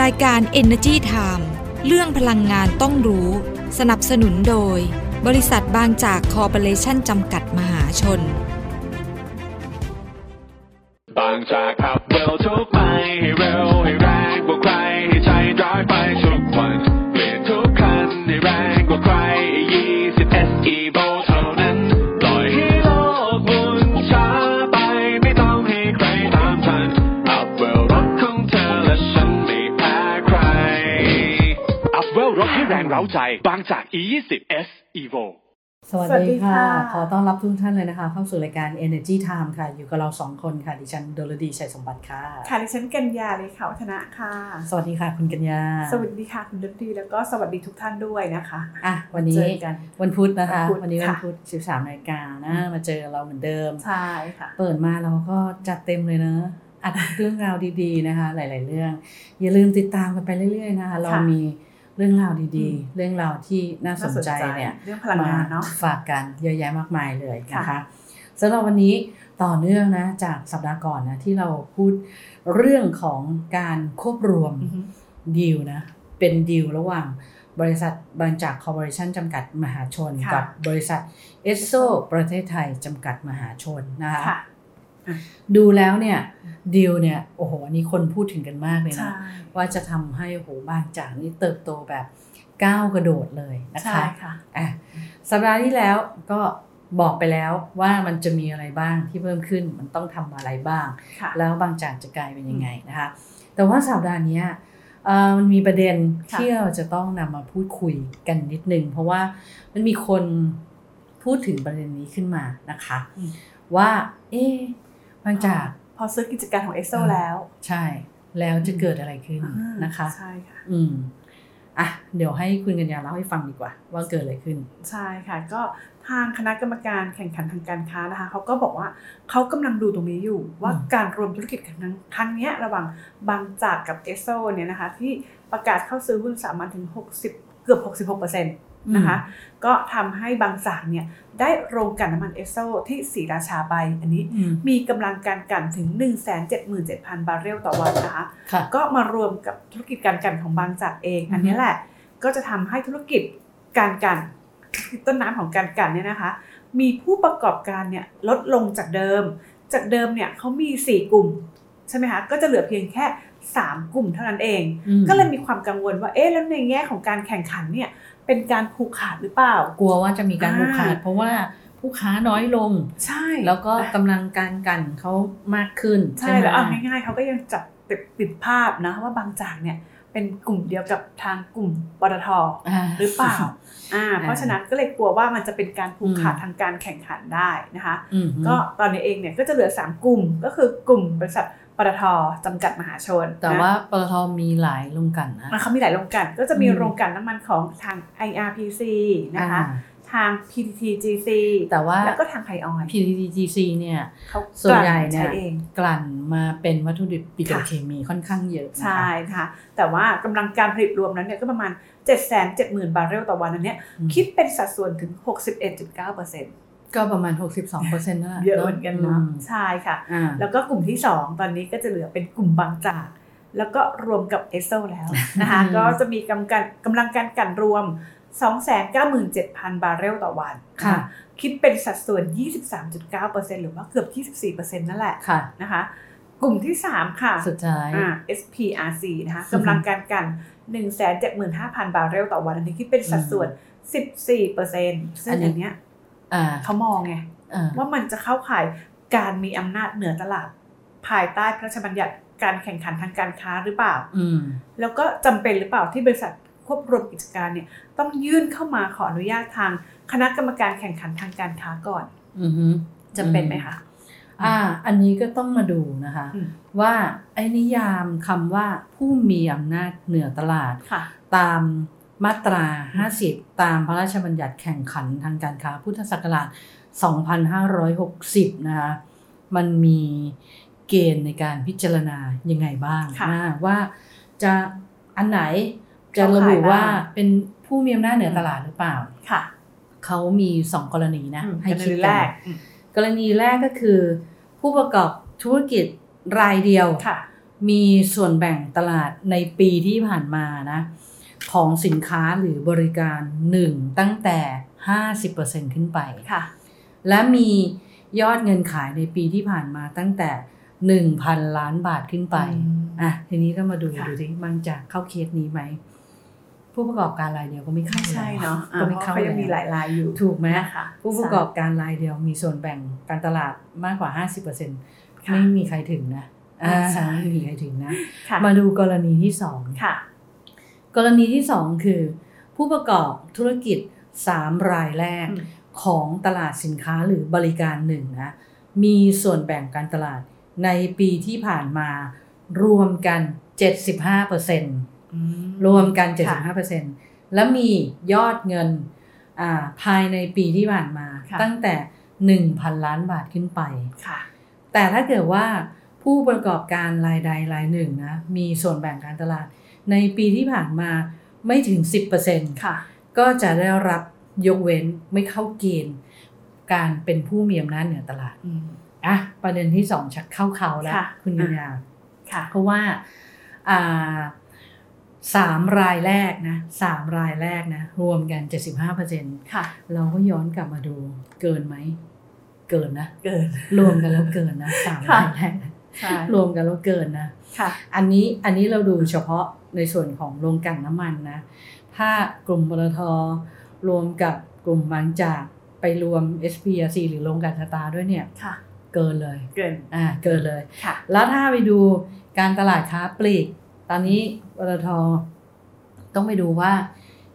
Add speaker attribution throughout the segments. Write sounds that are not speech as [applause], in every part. Speaker 1: รายการ Energy Time เรื่องพลังงานต้องรู้ สนับสนุนโดย บริษัทบางจากคอร์ปอเรชั่นจำกัดมหาชน
Speaker 2: บางจากขับเร็วทุกไปให้เร็วให้แรงกว่าใครให้ใช้ดรายไปทุกวันเปลี่ยนทุกคันให้แรงกว่าใคร20 SE v o เท่านั้นปล่อยให้โลกหมุนช้าไปไม่ต้องให้ใครตามทันอัพเวลรถของเธอและฉันไม่แพ้ใคร อัพเวลรถให้แรงเร้าใจ บางจาก E20 S Evo
Speaker 3: สวัส
Speaker 4: สวัสดี
Speaker 3: ดีค่ะ
Speaker 4: ค่ะ
Speaker 3: ขอต้อนรับทุกท่านเลยนะคะ เข้าสู่รายการ Energy Time ค่ะ อยู่กับเราสองคนค่ะ ดิฉันดลดีชัยสมบัติค่ะ
Speaker 4: ค่ะดิฉันกัญญาเลยค่ะวัฒนะค่ะ
Speaker 3: สวัสดีค่ะ คุณกัญญา
Speaker 4: สวัสดีค่ะคุณดนตรีแล้วก็สวัสดีทุกท่านด้วยนะคะ
Speaker 3: อ่ะวันนี้
Speaker 4: เจอกัน
Speaker 3: วันพุธนะคะ
Speaker 4: วันพุธ
Speaker 3: วันนี้วั
Speaker 4: ค่ะ
Speaker 3: นพุธ 13นาฬิกานะ มาเจอเราเหมือนเดิม
Speaker 4: ใช่ค่ะ
Speaker 3: เปิดมาเราก็จัดเต็มเลยนะอัดเรื่องราวดีๆนะคะ หลาย ๆ เรื่อง อย่าลืมติดตามกันไปเรื่อย ๆ นะคะ เรามีเรื่องราวดี
Speaker 4: อืม
Speaker 3: ๆ เรื่องราวที่น่าสนใจเนี่ย
Speaker 4: เรื่องพลังงานเนาะ
Speaker 3: ฝากกันเยอะแยะมากมายเลยนะ
Speaker 4: ค่ะ
Speaker 3: คะสำหรับวันนี้ต่อเนื่องนะจากสัปดาห์ก่อนนะที่เราพูดเรื่องของการควบรวม
Speaker 4: อือฮึ
Speaker 3: ดีลนะเป็นดีลระหว่างบริษัทบางจากคอร์ปอเรชั่นจำกัดมหาชน กับบริษัทเอสโซประเทศไทยจำกัดมหาชนนะคะ
Speaker 4: ค่ะ
Speaker 3: ดูแล้วเนี่ยดีลเนี่ยโอ้โหอันนี้คนพูดถึงกันมากเลย
Speaker 4: ใช่
Speaker 3: นะว่าจะทำให้โอ้โหบางจากนี่เติบโตแบบก้าวกระโดดเลยนะ
Speaker 4: ใช่
Speaker 3: คะ
Speaker 4: ค่ะ
Speaker 3: อ่ะสัปดาห์ที่แล้วก็บอกไปแล้วว่ามันจะมีอะไรบ้างที่เพิ่มขึ้นมันต้องทำอะไรบ้าง
Speaker 4: ค่ะ
Speaker 3: แล้วบางจากจะกลายเป็นยังไงนะคะ แต่ว่าสัปดาห์เนี้ยเอ่อมันมีประเด็น
Speaker 4: ค่ะ
Speaker 3: ที่เราจะต้องนำมาพูดคุยกันนิดนึง เพราะว่ามันมีคนพูดถึงประเด็นนี้ขึ้นมานะคะ ว่าเอ๊ะบางจาก
Speaker 4: พอซื้อกิจการของเอ็กโซแล้ว
Speaker 3: ใช่แล้วจะเกิดอะไรขึ้นนะคะ
Speaker 4: ใช่ค่ะ
Speaker 3: อืมอ่ะเดี๋ยวให้คุณกัญญาเล่าให้ฟังดีกว่า ว่าเกิดอะไรขึ้น
Speaker 4: ใช่ค่ะก็ทางคณะกรรมการแข่งขันทางการค้านะคะเขาก็บอกว่าเขากำลังดูตรงนี้อยู่ ว่า
Speaker 3: อืม
Speaker 4: การรวมธุรกิจครั้งครั้งเนี้ยระหว่างบางจากกับเอสโซเนี่ยนะคะที่ประกาศเข้าซื้อหุ้นสามัญถึง 60 เกือบ 66%นะคะก็ทำให้บางจากเนี่ยได้โรงกลั่นน้ำมันเอสโซที่สีราชาไป อันนี้
Speaker 3: อืม
Speaker 4: มีกำลังการกลั่นถึง 177,000 บาร์เรลต่อวันนะคะ
Speaker 3: ค่ะ
Speaker 4: ก็มารวมกับธุรกิจการกันของบางจากเอง อันนี้แหละก็จะทำให้ธุรกิจการกันธุรกิจต้นน้ำของการกันเนี่ยนะคะ มีผู้ประกอบการเนี่ยลดลงจากเดิม จากเดิมเนี่ยเขามี 4 กลุ่มใช่ไหมคะก็จะเหลือเพียงแค่ 3 กลุ่มเท่านั้นเอง
Speaker 3: อืม
Speaker 4: ก็เลยมีความกังวลว่าเอ๊ะแล้วในแง่ของการแข่งขันเนี่ยเป็นการผูกขาดหรือเปล่า
Speaker 3: กลัวว่าจะมีการ
Speaker 4: อ่า
Speaker 3: ผูกขาด เพราะว่าผู้ค้าน้อยลง
Speaker 4: ใช่
Speaker 3: แล้วก็กำลังการกันเขามากขึ้น
Speaker 4: ใช่
Speaker 3: ใช่ไหม
Speaker 4: แล้วเอาง่ายๆเขาก็ยังจับติดติดภาพนะว่าบางจากเนี่ยเป็นกลุ่มเดียวกับทางกลุ่มปตท
Speaker 3: า
Speaker 4: หรือเปล่า อ่า
Speaker 3: อ่า
Speaker 4: เพราะฉะนั้นก็เลยกลัวว่ามันจะเป็นการผูกขาด
Speaker 3: อืม
Speaker 4: ทางการแข่งขันได้นะคะ
Speaker 3: อืม
Speaker 4: ก็ตอนนี้เองเนี่ยก็จะเหลือ 3 กลุ่ม ก็คือกลุ่มบริษัทปตทจำกัดมหาชน
Speaker 3: แต่
Speaker 4: นะ
Speaker 3: ว่าปตทมีหลายลงกลันนะ
Speaker 4: อ่ะเขามีหลายโรงกลันก็จะมี
Speaker 3: อืม
Speaker 4: โรงกลันน้ำมันของทาง IRPC นะคะ
Speaker 3: อ่า
Speaker 4: ทาง PTTGC
Speaker 3: แต่ว่า
Speaker 4: แล้วก็ทางไทยออยล์
Speaker 3: PTTGC เนี่ย
Speaker 4: เขา
Speaker 3: ส่วนใหญ่
Speaker 4: กลั่
Speaker 3: เนี่ย
Speaker 4: ใช้เอง
Speaker 3: กลั่นมาเป็นวัตถุดิบปิโตร
Speaker 4: ค่ะ
Speaker 3: เคมีค่อนข้างเยอะนะคะ
Speaker 4: ใช่นะคะแต่ว่ากำลังการผลิตรวมนั้นเนี่ยก็ประมาณ 7 7 0 0 0 0 บาร์เรลต่อวันนั้นเนี่ย
Speaker 3: อืม
Speaker 4: คิดเป็นสัดส่วนถึง 61.9%
Speaker 3: ก็ประมาณ 62เปอร์เซ็นต์นั่นแหละ
Speaker 4: เยอะเหมือนกันเนาะ
Speaker 3: อืม
Speaker 4: ใช่ค่ะ
Speaker 3: อ่า
Speaker 4: แล้วก็กลุ่มที่ 2 ตอนนี้ก็จะเหลือเป็นกลุ่มบางจาก แล้วก็รวมกับเอสโซแล้วนะคะ ก็จะมีกำกันกำลังการกลันรวม 297,000 บาร์เรลต่อวันน
Speaker 3: ค่ะ
Speaker 4: คิดเป็นสัดส่วน 23.9%หรือว่าเกือบ 24%นั่นแหละ
Speaker 3: ค่ะ
Speaker 4: นะคะ กลุ่มที่ 3 ค่ะ
Speaker 3: สุดท้าย
Speaker 4: อ่า SPRC นะคะกำลังการกลัน 175,000 บาร์เรลต่อวัน อันนี้คิดเป็นสัดส่วน 14%ซึ่ง
Speaker 3: อันนี้
Speaker 4: อันเนี้ย
Speaker 3: อ่า
Speaker 4: เขามองไง
Speaker 3: อ่า
Speaker 4: ว่ามันจะเข้าข่ายการมีอำนาจเหนือตลาด ภายใต้พระราชบัญญัติการแข่งขันทางการค้าหรือเปล่า
Speaker 3: อืม
Speaker 4: แล้วก็จำเป็นหรือเปล่าที่บริษัทควบรวมกิจการเนี่ยต้องยื่นเข้ามาขออนุญาตทางคณะกรรมการแข่งขันทางการค้าก่อน
Speaker 3: อือฮึ
Speaker 4: จำเป็นไหมคะ
Speaker 3: อ่า อันนี้ก็ต้องมาดูนะคะ
Speaker 4: อืม
Speaker 3: ว่าไอ้นิยามคำว่าผู้มีอำนาจเหนือตลาด
Speaker 4: ค่ะ
Speaker 3: ตามมาตรา 50 ตามพระราชบัญญัติแข่งขันทางการค้าพุทธศักราช 2560 นะคะมันมีเกณฑ์ในการพิจารณายังไงบ้าง
Speaker 4: ค่ะ
Speaker 3: นะว่าจะอันไหนจะระบุว่า
Speaker 4: เข้าข่ายบ้าง
Speaker 3: เป็นผู้มีอำนาจเหนือตลาดหรือเปล่า
Speaker 4: ค่ะ
Speaker 3: เขามี 2 กรณีนะ
Speaker 4: อืม
Speaker 3: ให้
Speaker 4: เป็
Speaker 3: คิ
Speaker 4: น
Speaker 3: ด
Speaker 4: เรื่อง
Speaker 3: กัน
Speaker 4: แรกอืม
Speaker 3: กรณีแรกก็คือ ผู้ประกอบธุรกิจรายเดียว
Speaker 4: ค่ะ
Speaker 3: มีส่วนแบ่งตลาดในปีที่ผ่านมานะของสินค้าหรือบริการหนึ่งตั้งแต่ 50%ขึ้นไป
Speaker 4: ค่ะ
Speaker 3: และมียอดเงินขายในปีที่ผ่านมาตั้งแต่ 1,000 ล้านบาทขึ้นไป อ่ะทีนี้ก็มาดู
Speaker 4: ค่ะ
Speaker 3: ดูดิบางจากเข้าเคสนี้ไหม ผู้ประกอบการรายเดียวก็ไม่เข้า
Speaker 4: ใช่
Speaker 3: แล้ว
Speaker 4: เนาะอ่า
Speaker 3: ก็ไม่
Speaker 4: เพราะ
Speaker 3: เข้า
Speaker 4: เขายังมีหลายรายอยู่
Speaker 3: ถูกไหม
Speaker 4: นะคะ
Speaker 3: ผู้ประกอบการรายเดียวมีส่วนแบ่งการตลาดมากกว่า 50%
Speaker 4: ค่ะ
Speaker 3: ไม่มีใครถึงนะอ่า
Speaker 4: ใช่
Speaker 3: ไม่มีใครถึงนะ
Speaker 4: ค่ะ
Speaker 3: มาดูกรณีที่สอง
Speaker 4: ค่ะ
Speaker 3: กรณีที่ 2 คือ ผู้ประกอบธุรกิจ 3 รายแรก
Speaker 4: อืม
Speaker 3: ของตลาดสินค้าหรือบริการหนึ่งนะมีส่วนแบ่งการตลาดในปีที่ผ่านมารวมกัน 75%
Speaker 4: อืม
Speaker 3: รวมกัน
Speaker 4: ค่ะ
Speaker 3: 75%และมียอดเงินอ่าภายในปีที่ผ่านมา ตั้งแต่ 1,000 ล้านบาทขึ้นไป
Speaker 4: ค่ะ
Speaker 3: แต่ถ้าเกิดว่าผู้ประกอบการรายใดรายหนึ่งนะมีส่วนแบ่งการตลาด ในปีที่ผ่านมาไม่ถึง 10%
Speaker 4: ค่ะ
Speaker 3: ก็จะได้รับยกเว้นไม่เข้าเกณฑ์ การเป็นผู้มีอำนาจเหนือตลาด
Speaker 4: อืม
Speaker 3: อ่ะประเด็นที่ 2 ชักเข้าเขาแล้ว
Speaker 4: ค่ะ
Speaker 3: คุณยุนยา
Speaker 4: ค่ะ
Speaker 3: เพราะว่าอ่าสามรายแรกนะสามรายแรกนะรวมกัน 75%
Speaker 4: ค่ะ
Speaker 3: เราก็ย้อนกลับมาดูเกินไหม เกินนะ
Speaker 4: เกิน
Speaker 3: รวมกันแล้วเกินนะสาม
Speaker 4: ค่ะ
Speaker 3: รายแรกนะ
Speaker 4: ใช่
Speaker 3: รวมกันแล้วเกินนะ
Speaker 4: ค่ะ
Speaker 3: อันนี้อันนี้เราดูเฉพาะในส่วนของโรงกลั่นน้ำมันนะ ถ้ากลุ่มปตทรวมกับกลุ่มบางจากไปรวม s p r c หรือโรงกลั่นสตาร์ด้วยเนี่ย
Speaker 4: ค่ะ
Speaker 3: เกินเลย
Speaker 4: เกิน
Speaker 3: อ่าเกินเลย
Speaker 4: ค่ะ
Speaker 3: แล้วถ้าไปดูการตลาดค้าปลีก ตอนนี้ปตทต้องไปดูว่า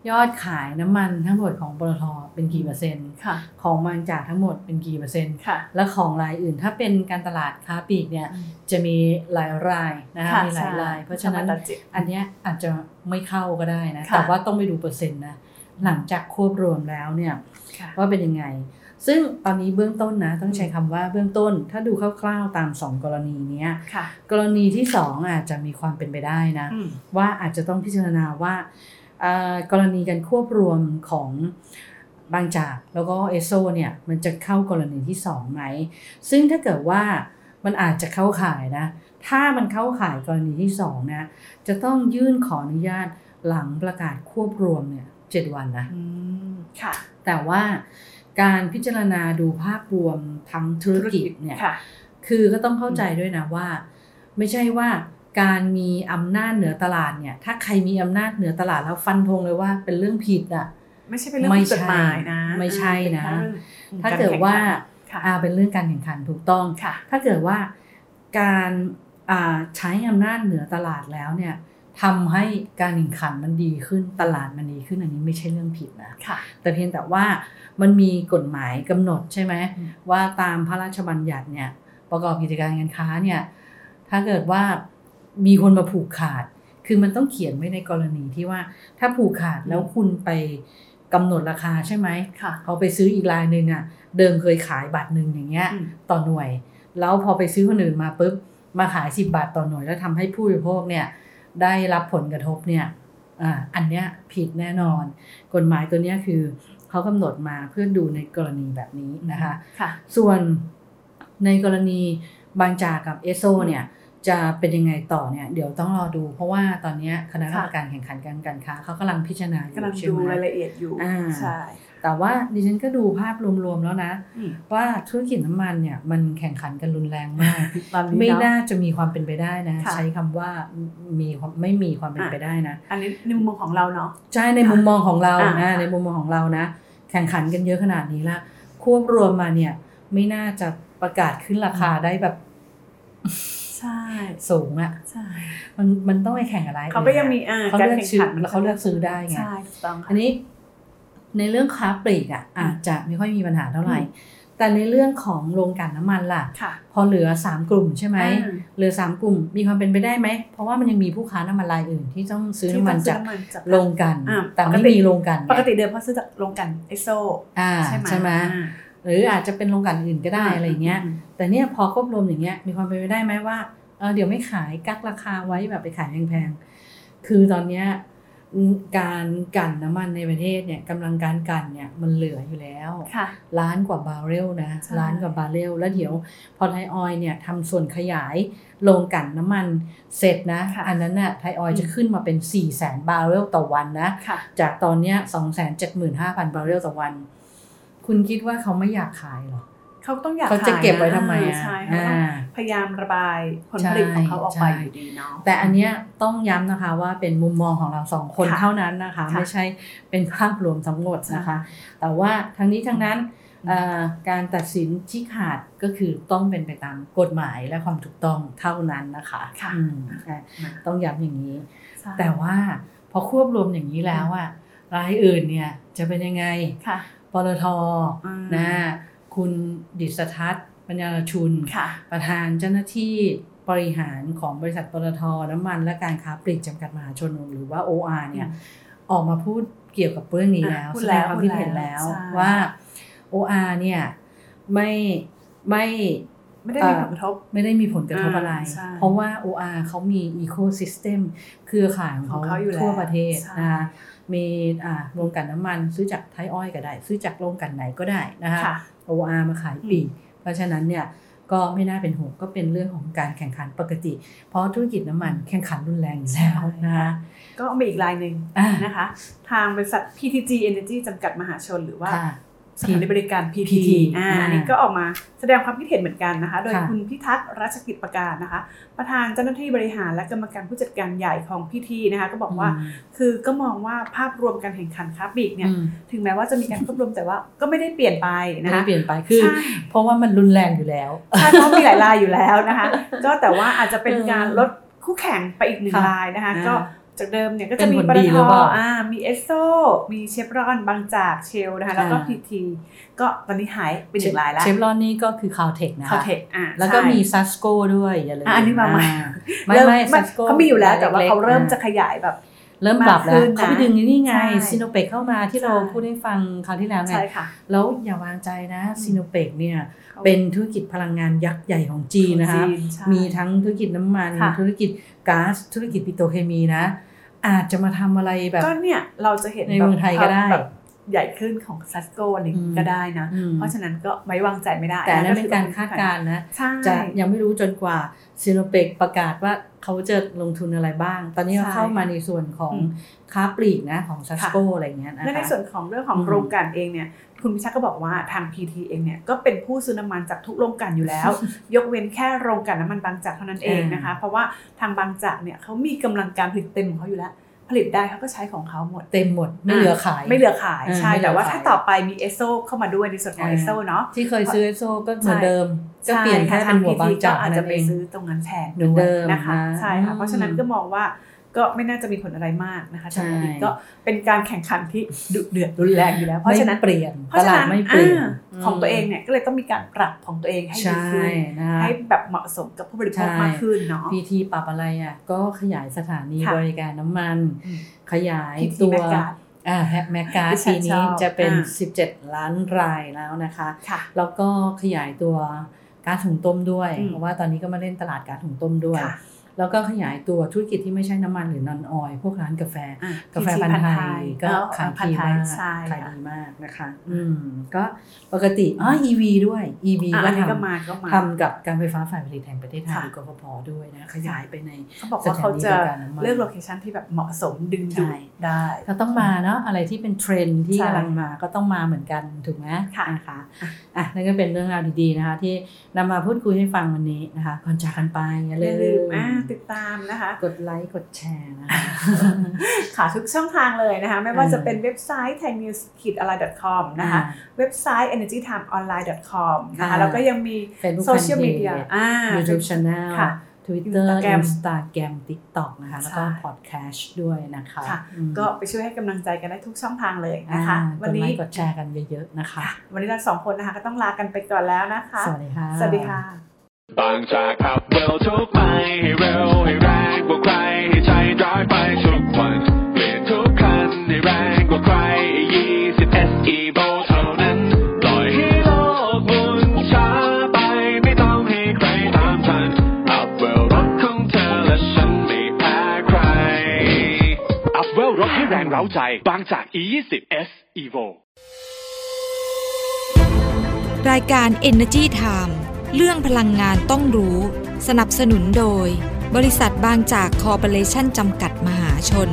Speaker 3: ยอดขายน้ำมันทั้งหมดของปตทเป็นกี่เปอร์เซ็นต์
Speaker 4: ค่ะ
Speaker 3: ของบางจากทั้งหมดเป็นกี่เปอร์เซ็นต์
Speaker 4: ค่ะ
Speaker 3: และของรายอื่นถ้าเป็นการตลาดค้าปลีกเนี่ย จะมีหลายรายนะคะมีหลายราย เพราะฉะนั้น
Speaker 4: ใช่
Speaker 3: อันเนี้ยอาจจะไม่เข้าก็ได้นะ
Speaker 4: ค่ะ
Speaker 3: แต่ว่าต้องไปดูเปอร์เซ็นต์นะ หลังจากควบรวมแล้วเนี่ย
Speaker 4: ค่ะ
Speaker 3: ว่าเป็นยังไง ซึ่งตอนนี้เบื้องต้นนะต้องใช้คำว่าเบื้องต้น ถ้าดูคร่าวๆตาม 2 กรณีเนี้ย
Speaker 4: ค่ะ
Speaker 3: กรณีที่ 2 อาจจะมีความเป็นไปได้นะ
Speaker 4: อืม
Speaker 3: ว่าอาจจะต้องพิจารณาว่าเอ่อกรณีการควบรวมของบางจากแล้วก็เอโซเนี่ยมันจะเข้ากรณีที่สองไหม ซึ่งถ้าเกิดว่ามันอาจจะเข้าข่ายนะ ถ้ามันเข้าข่ายกรณีที่สองนะจะต้องยื่นขออนุญาตหลังประกาศควบรวมเนี่ยเจ็ดวันนะ
Speaker 4: อืม ค่ะ
Speaker 3: แต่ว่าการพิจารณาดูภาพรวมทั้งธุรกิจเนี่ย
Speaker 4: ค่ะ
Speaker 3: คือก็ต้องเข้าใจด้วยนะว่า ไม่ใช่ว่าการมีอำนาจเหนือตลาดเนี่ย ถ้าใครมีอำนาจเหนือตลาดแล้วฟันธงเลยว่าเป็นเรื่องผิดอ่ะ
Speaker 4: ไม่ใช่เป็นเรื่องผิดกฎหมายนะ
Speaker 3: ไม่ใช่นะ
Speaker 4: เป็นแค่
Speaker 3: ถ้าเกิดว่า
Speaker 4: ค่ะ
Speaker 3: อ่าเป็นเรื่องการแข่งขันถูกต้อง
Speaker 4: ค่ะ
Speaker 3: ถ้าเกิดว่าการอ่าใช้อำนาจเหนือตลาดแล้วเนี่ยทำให้การแข่งขันมันดีขึ้นตลาดมันดีขึ้นอันนี้ไม่ใช่เรื่องผิดนะ
Speaker 4: ค่ะ
Speaker 3: แต่เพียงแต่ว่ามันมีกฎหมายกำหนดใช่ไหม
Speaker 4: อืม
Speaker 3: ว่าตามพระราชบัญญัติเนี่ยประกอบกิจการการค้าเนี่ยถ้าเกิดว่ามีคนมาผูกขาด คือมันต้องเขียนไว้ในกรณีที่ว่าถ้าผูกขาดแล้วคุณไปกำหนดราคาใช่ไหม
Speaker 4: ค่ะ
Speaker 3: เขาไปซื้ออีกรายหนึ่งอ่ะเดิมเคยขายบาทหนึ่งอย่างเงี้ย
Speaker 4: อืม
Speaker 3: ต่อหน่วย แล้วพอไปซื้อคนอื่นมาปุ๊บมาขาย 10 บาทต่อหน่วย แล้วทำให้ผู้บริโภคเนี่ยได้รับผลกระทบเนี่ยอ่าอันเนี้ยผิดแน่นอน กฎหมายตัวเนี้ยคือเขากำหนดมาเพื่อดูในกรณีแบบนี้นะคะ
Speaker 4: ค่ะ
Speaker 3: ส่วนในกรณีบางจากกับเอสโซเนี่ยจะเป็นยังไงต่อเนี่ยเดี๋ยวต้องรอดู เพราะว่าตอนเนี้ยคณะกรรม
Speaker 4: ค่ะ
Speaker 3: การแข่งขันการการค้าเขากำลังพิจารณาอยู่
Speaker 4: กำลัง
Speaker 3: ใช่
Speaker 4: ดู
Speaker 3: ไหม
Speaker 4: รายละเอียดอยู่
Speaker 3: อ่า
Speaker 4: ใช่
Speaker 3: แต่ว่าดิฉันก็ดูภาพรวมๆแล้วนะ
Speaker 4: อืม
Speaker 3: ว่าธุรกิจน้ำมันเนี่ยมันแข่งขันกันรุนแรงมาก
Speaker 4: ตอนนี้
Speaker 3: ไม่
Speaker 4: เอะ
Speaker 3: น่าจะมีความเป็นไปได้นะ
Speaker 4: ค่ะ
Speaker 3: ใช้คำว่ามีความไม่มีความเป็น
Speaker 4: อ่ะ
Speaker 3: ไปได้นะ
Speaker 4: อันนี้ในมุมมองของเราเนาะ
Speaker 3: ใช่ในมุมมองของเรา
Speaker 4: อ่ะ
Speaker 3: นะ
Speaker 4: ค่ะ
Speaker 3: ในมุมมองของเรานะ แข่งขันกันเยอะขนาดนี้ละควบรวมมาเนี่ย ไม่น่าจะประกาศขึ้นราคาได้แบบ
Speaker 4: ใช่
Speaker 3: สูงอะ
Speaker 4: ใช่
Speaker 3: มันมันต้องไปแข่งอะไร
Speaker 4: เขาก็ยังมีอ่า
Speaker 3: เขา
Speaker 4: การ
Speaker 3: เลือก
Speaker 4: แข่ง
Speaker 3: ซื้อ
Speaker 4: ขันมัน
Speaker 3: แล้วเขาเลือกซื้อได้ไง
Speaker 4: ใช่ถูกต้อง
Speaker 3: อั
Speaker 4: ค่ะ
Speaker 3: นนี้ในเรื่องค้าปลีกอะอาจจะไม่ค่อยมีปัญหาเท่าไหร่ แต่ในเรื่องของโรงกลั่นน้ำมันล่ะ
Speaker 4: ค่ะ
Speaker 3: พอเหลือสามกลุ่มใช่ไหม
Speaker 4: อ่า
Speaker 3: เหลือสามกลุ่มมีความเป็นไปได้ไหม เพราะว่ามันยังมีผู้ค้าน้ำมันรายอื่นที่ต้องซื้อน้ำมันจาก
Speaker 4: ที่ต้องซื้อน้ำมันจาก
Speaker 3: โรงกลัน
Speaker 4: อ่า
Speaker 3: แต่
Speaker 4: ป
Speaker 3: ไม่
Speaker 4: กติ
Speaker 3: มีโรงกลันไง
Speaker 4: ปกติเดิมเขาซื้อจากโรงกลันเอสโซ
Speaker 3: อ่า
Speaker 4: ใช่ไหม
Speaker 3: ใช่ไหม
Speaker 4: อ่า
Speaker 3: หรืออาจจะเป็นโรงกลันอื่นก็ได้อะไรเงี้ย
Speaker 4: ม
Speaker 3: แต่เนี่ยพอควบรวมอย่างเงี้ยมีความเป็นไปได้ไหมว่าเออเดี๋ยวไม่ขายกักราคาไว้แบบไปขายแพงๆ คือตอนเนี้ย การกลั่นน้ำมันในประเทศเนี่ยกำลังการกลั่นเนี่ยมันเหลืออยู่แล้ว
Speaker 4: ค่ะ
Speaker 3: ล้านกว่าบาร์เรลนะ
Speaker 4: ใช่
Speaker 3: ล้านกว่าบาร์เรลแล้วเดี๋ยวพอไทยออยล์เนี่ยทำส่วนขยายโรงกลั่นน้ำมันเสร็จนะ
Speaker 4: ค่ะ
Speaker 3: อันนั้นน่ะไทยออยล์จะขึ้นมาเป็น 4 0 0 0 0 0 บาร์เรลต่อวันนะ
Speaker 4: ค่ะ
Speaker 3: จากตอนเนี้ย275,000 บาร์เรลต่อวัน คุณคิดว่าเขาไม่อยากขายเหรอ
Speaker 4: เขาต้องอยาก
Speaker 3: เขาจะ
Speaker 4: ขยน
Speaker 3: เก็บไว้ทำไมอ่ะ
Speaker 4: ใช่เขาต้อง
Speaker 3: อ่า
Speaker 4: พยายามระบายผลผลิตของเขาออกไป
Speaker 3: ใช่
Speaker 4: อยู่ดีเนาะ
Speaker 3: แต่อันเนี้ยต้องย้ำนะคะว่าเป็นมุมมองของเราสองคน
Speaker 4: ค่ะ
Speaker 3: เท่านั้นนะคะ
Speaker 4: ค่ะ
Speaker 3: ไม่ใช่เป็นภาพรวมทั้งหมดนะคะ แต่ว่าทั้งนี้ทั้งนั้นเอ่อการตัดสินที่ขาดก็คือต้องเป็นไปตามกฎหมายและความถูกต้องเท่านั้นนะคะ
Speaker 4: ค่ะ
Speaker 3: อืมใช่ต้องย้ำอย่างนี้
Speaker 4: ใช่
Speaker 3: แต่ว่าพอควบรวมอย่างนี้แล้วอะรายอื่นเนี่ยจะเป็นยังไง
Speaker 4: ค่ะ
Speaker 3: ปตท
Speaker 4: อืม
Speaker 3: นะคุณดิษฐทัศน์ปัญญารชุน
Speaker 4: ค่ะ
Speaker 3: ประธานเจ้าหน้าที่บริหารของบริษัทปตทน้ำมันและการค้าปลีกจำกัดมหาชนหรือว่า OR เนี่ยออกมาพูดเกี่ยวกับเรื่องนี้แล้ว
Speaker 4: อ่ะพูด
Speaker 3: แส
Speaker 4: แล้
Speaker 3: ดง
Speaker 4: ว
Speaker 3: ความคิดเห็นแล้ว
Speaker 4: ใช่
Speaker 3: ว่า OR เนี่ยไม่ไม่
Speaker 4: ไม่ได้
Speaker 3: เอ่
Speaker 4: มี
Speaker 3: อ
Speaker 4: ผลกระทบ
Speaker 3: ไม่ได้มีผลกระทบอะไร
Speaker 4: อ่าใช่
Speaker 3: เพราะว่า OR เขามี Ecosystem เครือข่ายของ
Speaker 4: ของ
Speaker 3: เขา
Speaker 4: เขาอยู่แล้ว
Speaker 3: ทั่วประเทศ
Speaker 4: ใช่
Speaker 3: นะคะมีอ่าโรงกลันน้ำมันซื้อจากไทยอ้อยก็ได้ ซื้อจากโรงกลันไหนก็ได้นะคะ
Speaker 4: ค่ะ
Speaker 3: OR มาขายปลีกเพราะฉะนั้นเนี่ยก็ไม่น่าเป็นห่วงก็เป็นเรื่องของการแข่งขันปกติ เพราะธุรกิจน้ำมันแข่งขันรุนแรงอยู่แล้ว
Speaker 4: ใช่
Speaker 3: นะคะ
Speaker 4: ก็มีอีกรายหนึ่ง
Speaker 3: อ่ะ
Speaker 4: นะคะ ทางบริษัท PTG Energy จำกัดมหาชนหรือว่า
Speaker 3: ค่ะ
Speaker 4: สถานบริการ PT,
Speaker 3: PT
Speaker 4: อ่า
Speaker 3: อ่า
Speaker 4: อันนี้ก็ออกมาแสดงความคิดเห็นเหมือนกันนะคะ โดย
Speaker 3: ค่ะ
Speaker 4: คุณพิทักษ์รัชกิจประการนะคะ ประธานเจ้าหน้าที่บริหารและกรรมการผู้จัดการใหญ่ของ PT นะคะ ก็บอกว่า คือก็มองว่าภาพรวมการแข่งขันค้าปลีกเนี่ย
Speaker 3: อืม
Speaker 4: ถึงแม้ว่าจะมีการควบรวมแต่ว่าก็ไม่ได้เปลี่ยนไป
Speaker 3: ไม่
Speaker 4: นะ
Speaker 3: ได้
Speaker 4: คะ
Speaker 3: เปลี่ยนไปคือ
Speaker 4: ใช่
Speaker 3: เพราะว่ามันรุนแรงอยู่แล้ว
Speaker 4: ใช่เพราะมีหลายรายอยู่แล้ว
Speaker 3: [laughs]
Speaker 4: นะคะ ก็แต่ว่าอาจจะเป็น
Speaker 3: เออ
Speaker 4: การลดคู่แข่งไปอีกหนึ่ง
Speaker 3: ค่ะ
Speaker 4: รายนะคะ
Speaker 3: อ่า
Speaker 4: ก็จากเดิมเนี่ยก็
Speaker 3: เป็
Speaker 4: จะ
Speaker 3: น
Speaker 4: มี
Speaker 3: ผล
Speaker 4: ปต
Speaker 3: ดี
Speaker 4: ท
Speaker 3: หรือเปล่า
Speaker 4: อ่ามีเอสโซมีเชฟรอนบางจากเชลนะคะ แล้วก็
Speaker 3: อ่า
Speaker 4: พีทีก็ตอนนี้หายเป็นหนึ่งรายแล้ว
Speaker 3: เชฟรอนนี่ก็คือคาวเทคนะ
Speaker 4: คา
Speaker 3: คะ
Speaker 4: เทคอ่า
Speaker 3: แล้วก็
Speaker 4: ใช่
Speaker 3: มีซัสโกด้วยอย่าลืม
Speaker 4: อ่ะอันนี้มาใหม่
Speaker 3: อ่ไม่
Speaker 4: เริ่
Speaker 3: ไม่ซัสโก
Speaker 4: เขามีอยู่แล้วแต่ว่าเขาเริ่มจะขยายแบบ
Speaker 3: เริ่มปรับแล้ว
Speaker 4: มากขึ้นนะ
Speaker 3: เขาไปดึงนี่ไง
Speaker 4: ใช่
Speaker 3: ซิโนเปกเข้ามาที่เรา
Speaker 4: ใช่
Speaker 3: พูดให้ฟังคราวที่แล้วไง
Speaker 4: ใช่ค่ะ
Speaker 3: แล้วอย่าวางใจนะ
Speaker 4: อืม
Speaker 3: ซิโนเปกเนี่ย เป็นธุรกิจพลังงานยักษ์ใหญ่ของจีนนะคะ
Speaker 4: จีใช่
Speaker 3: มีทั้งธุรกิจน้ำมัน
Speaker 4: ค่ะ
Speaker 3: ธุรกิจก๊าซ ธุรกิจปิโตรเคมีนะ อาจจะมาทำอะไรแบบ
Speaker 4: ก็เนี่ยเราจะเห็น
Speaker 3: ในเมืองไทยก็ได้
Speaker 4: แบบ ใหญ่ขึ้นของซัสโกอะไรอย่างงี้ก็ได้นะ
Speaker 3: อืม
Speaker 4: เพราะฉะนั้นก็ไว้วางใจไม่ได้
Speaker 3: แต่อันนั้นเป็นการคาดการณ์นะ
Speaker 4: ใช่
Speaker 3: จะยังไม่รู้จนกว่าซิโนเปกประกาศว่าเขาจะลงทุนอะไรบ้าง ตอนนี้เราเข้ามาในส่วนของค้าปลีกนะของซัสโกอะไรอย่างเงี้ยนะ
Speaker 4: และใน
Speaker 3: คะ
Speaker 4: ส่วนของเรื่องของ
Speaker 3: อืม
Speaker 4: โรงกลั่นเองเนี่ย คุณพิชักก็บอกว่าทาง PT เองเนี่ยก็เป็นผู้ซื้อน้ำมันจากทุกโรงกลั่นอยู่
Speaker 3: [laughs]
Speaker 4: แล้ว ยกเว้นแค่โรงกลั่นน้ำมันบางจากเท่านั้นเอง
Speaker 3: อ่าน
Speaker 4: นะคะ เพราะว่าทางบางจากเนี่ยเขามีกำลังการผลิตเต็มของเขาอยู่แล้ว ผลิตได้เขาก็ใช้ของเขาหมด
Speaker 3: เต็มหมดไม่เหลือขาย
Speaker 4: ไม่เหลือขาย
Speaker 3: เออ
Speaker 4: ใช่
Speaker 3: ไม่เหลือ
Speaker 4: แต่ว่า
Speaker 3: ขาย
Speaker 4: ถ้าต่อไปมีเอสโซเข้ามาด้วยในส่วนของ
Speaker 3: อ่า
Speaker 4: เอสโซเนาะ
Speaker 3: ที่เคยซื้อเอสโซก็เหมือนเดิม
Speaker 4: ใช่
Speaker 3: ก็เปลี่ยนแค่
Speaker 4: ค่ะ
Speaker 3: เป็นหัวบางจาก
Speaker 4: ท PT ก็อาจ
Speaker 3: นั่
Speaker 4: จะ
Speaker 3: น
Speaker 4: ไป
Speaker 3: เอง
Speaker 4: ซื้อตรงนั้นแทน
Speaker 3: เหมือนเดิม
Speaker 4: นะคะ
Speaker 3: นะ
Speaker 4: ใช่
Speaker 3: อื
Speaker 4: ค่ะ
Speaker 3: ม
Speaker 4: เพราะฉะนั้นก็มองว่าก็ไม่น่าจะมีผลอะไรมากนะคะ
Speaker 3: ใช่
Speaker 4: จากนี้ก็เป็นการแข่งขันที่ดุเดือดรุนแรงอยู่แล้ว เพ
Speaker 3: ไม่
Speaker 4: ราะฉะนั้น
Speaker 3: เปลี่ยน
Speaker 4: เพ
Speaker 3: ต
Speaker 4: ราะฉะ
Speaker 3: ลาด
Speaker 4: นั้น
Speaker 3: ไม่เปลี่ยน
Speaker 4: อ่าของตัวเองเนี่ยก็เลยต้องมีการปรับของตัวเองให้ดี
Speaker 3: ใช่
Speaker 4: ขึ้น
Speaker 3: นะ
Speaker 4: ให้แบบเหมาะสมกับผู้บริโภค
Speaker 3: ใช่
Speaker 4: มากขึ้นเนาะ
Speaker 3: พีทีปรับอะไรอ่ะก็ขยายสถานี
Speaker 4: ค่ะ
Speaker 3: บริการน้ำมัน
Speaker 4: อืม
Speaker 3: ขยาย
Speaker 4: ที่
Speaker 3: ตั
Speaker 4: ที่
Speaker 3: ว
Speaker 4: แมกกา
Speaker 3: อ่าแฮปแมกกา
Speaker 4: ที่ฉั
Speaker 3: ปี
Speaker 4: นช
Speaker 3: นี้
Speaker 4: อบ
Speaker 3: จะเป็น
Speaker 4: อ่า
Speaker 3: 17 ล้านรายแล้วนะคะ
Speaker 4: ค่ะ
Speaker 3: แล้วก็ขยายตัวก๊าซถุงต้มด้วย
Speaker 4: อืม
Speaker 3: เพราะว่าตอนนี้ก็มาเล่นตลาดก๊าซถุงต้มด้วย
Speaker 4: ค่ะ
Speaker 3: แล้วก็ขยายตัวธุรกิจที่ไม่ใช่น้ำมันหรือนอนออยพวกร้านกาแฟ
Speaker 4: อ่ะ
Speaker 3: กาแฟพันธุ์ไทย
Speaker 4: ที่ที่
Speaker 3: ก็
Speaker 4: เอ
Speaker 3: ขาย
Speaker 4: พัน
Speaker 3: ดี
Speaker 4: ธุ์
Speaker 3: มาก
Speaker 4: ไทยใช่
Speaker 3: ขาย
Speaker 4: ค่ะ
Speaker 3: ดีมากนะคะ อืมก็ปกติอ๋อ EV ด้วย EV
Speaker 4: อ่ะ
Speaker 3: ก็
Speaker 4: อันนี้ก็
Speaker 3: ทำ
Speaker 4: มาก็มา
Speaker 3: ทำกับการไฟฟ้าฝ่ายผลิตแห่งประเทศไทย
Speaker 4: ค่ะ
Speaker 3: หรือกฟผด้วยนะขยายไปใน
Speaker 4: เขาบอกว่าเขาจะ
Speaker 3: สถานีบริการน้ำมัน
Speaker 4: เลือกโลเคชันที่แบบเหมาะสมดึงดู
Speaker 3: ใช่
Speaker 4: ดได้
Speaker 3: ก็ต้องมาเนาะอะไรที่เป็นเทรนด์ที่
Speaker 4: ใช่
Speaker 3: กำลังมาก็ต้องมาเหมือนกันถูกไหม
Speaker 4: ค่ะ
Speaker 3: นะคะอ่ะนั่นก็เป็นเรื่องราวดีๆนะคะ ที่นำมาพูดคุยให้ฟังวันนี้นะคะก่อนจากกันไปอย่า
Speaker 4: อย่าลื
Speaker 3: ลื
Speaker 4: ม
Speaker 3: ม
Speaker 4: อ่าติดตามนะคะ
Speaker 3: กดไลค์กดแชร์นะคะ
Speaker 4: ค่ะทุกช่องทางเลยนะคะ ไม่ว่า
Speaker 3: เออ
Speaker 4: จะเป็นเว็บไซต์ thainews.com นะคะ เว็บไซต์ energytimeonline.com นะคะ
Speaker 3: ค่ะ
Speaker 4: แล้วก็ยังมี
Speaker 3: Facebook
Speaker 4: โซเชียลมีเดีย
Speaker 3: Fanpage
Speaker 4: อ่า
Speaker 3: YouTube Channel
Speaker 4: ค่ะ
Speaker 3: Twitter
Speaker 4: Instagram
Speaker 3: Instagram TikTok นะคะ แล้วก็
Speaker 4: ใช่
Speaker 3: Podcast ด้วยนะคะ
Speaker 4: ค่ะ
Speaker 3: อืม
Speaker 4: ก็ไปช่วยให้กำลังใจกันได้ทุกช่องทางเลย
Speaker 3: อ่า
Speaker 4: นะคะ
Speaker 3: ก
Speaker 4: วัน
Speaker 3: ดไล
Speaker 4: นี้
Speaker 3: ค์กดแชร์กันเยอะๆนะคะ
Speaker 4: วันนี้เราสองคนนะคะ ก็ต้องลากันไปก่อนแล้วนะคะ
Speaker 3: สวัสดีค่ะ
Speaker 4: สวัสดีค่ะ
Speaker 2: บางจากขับเร็วทุกไปให้เร็วให้แรงกว่าใครให้ใช้ร้อยไปทุกวันเปลี่ยนทุกคันให้แรงกว่าใคร20 SE v o เท่านั้นปล่อยให้โลกหมุนช้าไปไม่ต้องให้ใครตามทันอัพเวลรถของเธอและฉันไม่แพ้ใครอัพเวลรถให้ เร้าใจ บางจาก E20 S Evo
Speaker 1: รายการ Energy Time เรื่องพลังงานต้องรู้ สนับสนุนโดย บริษัทบางจากคอร์ปอเรชั่นจำกัดมหาชน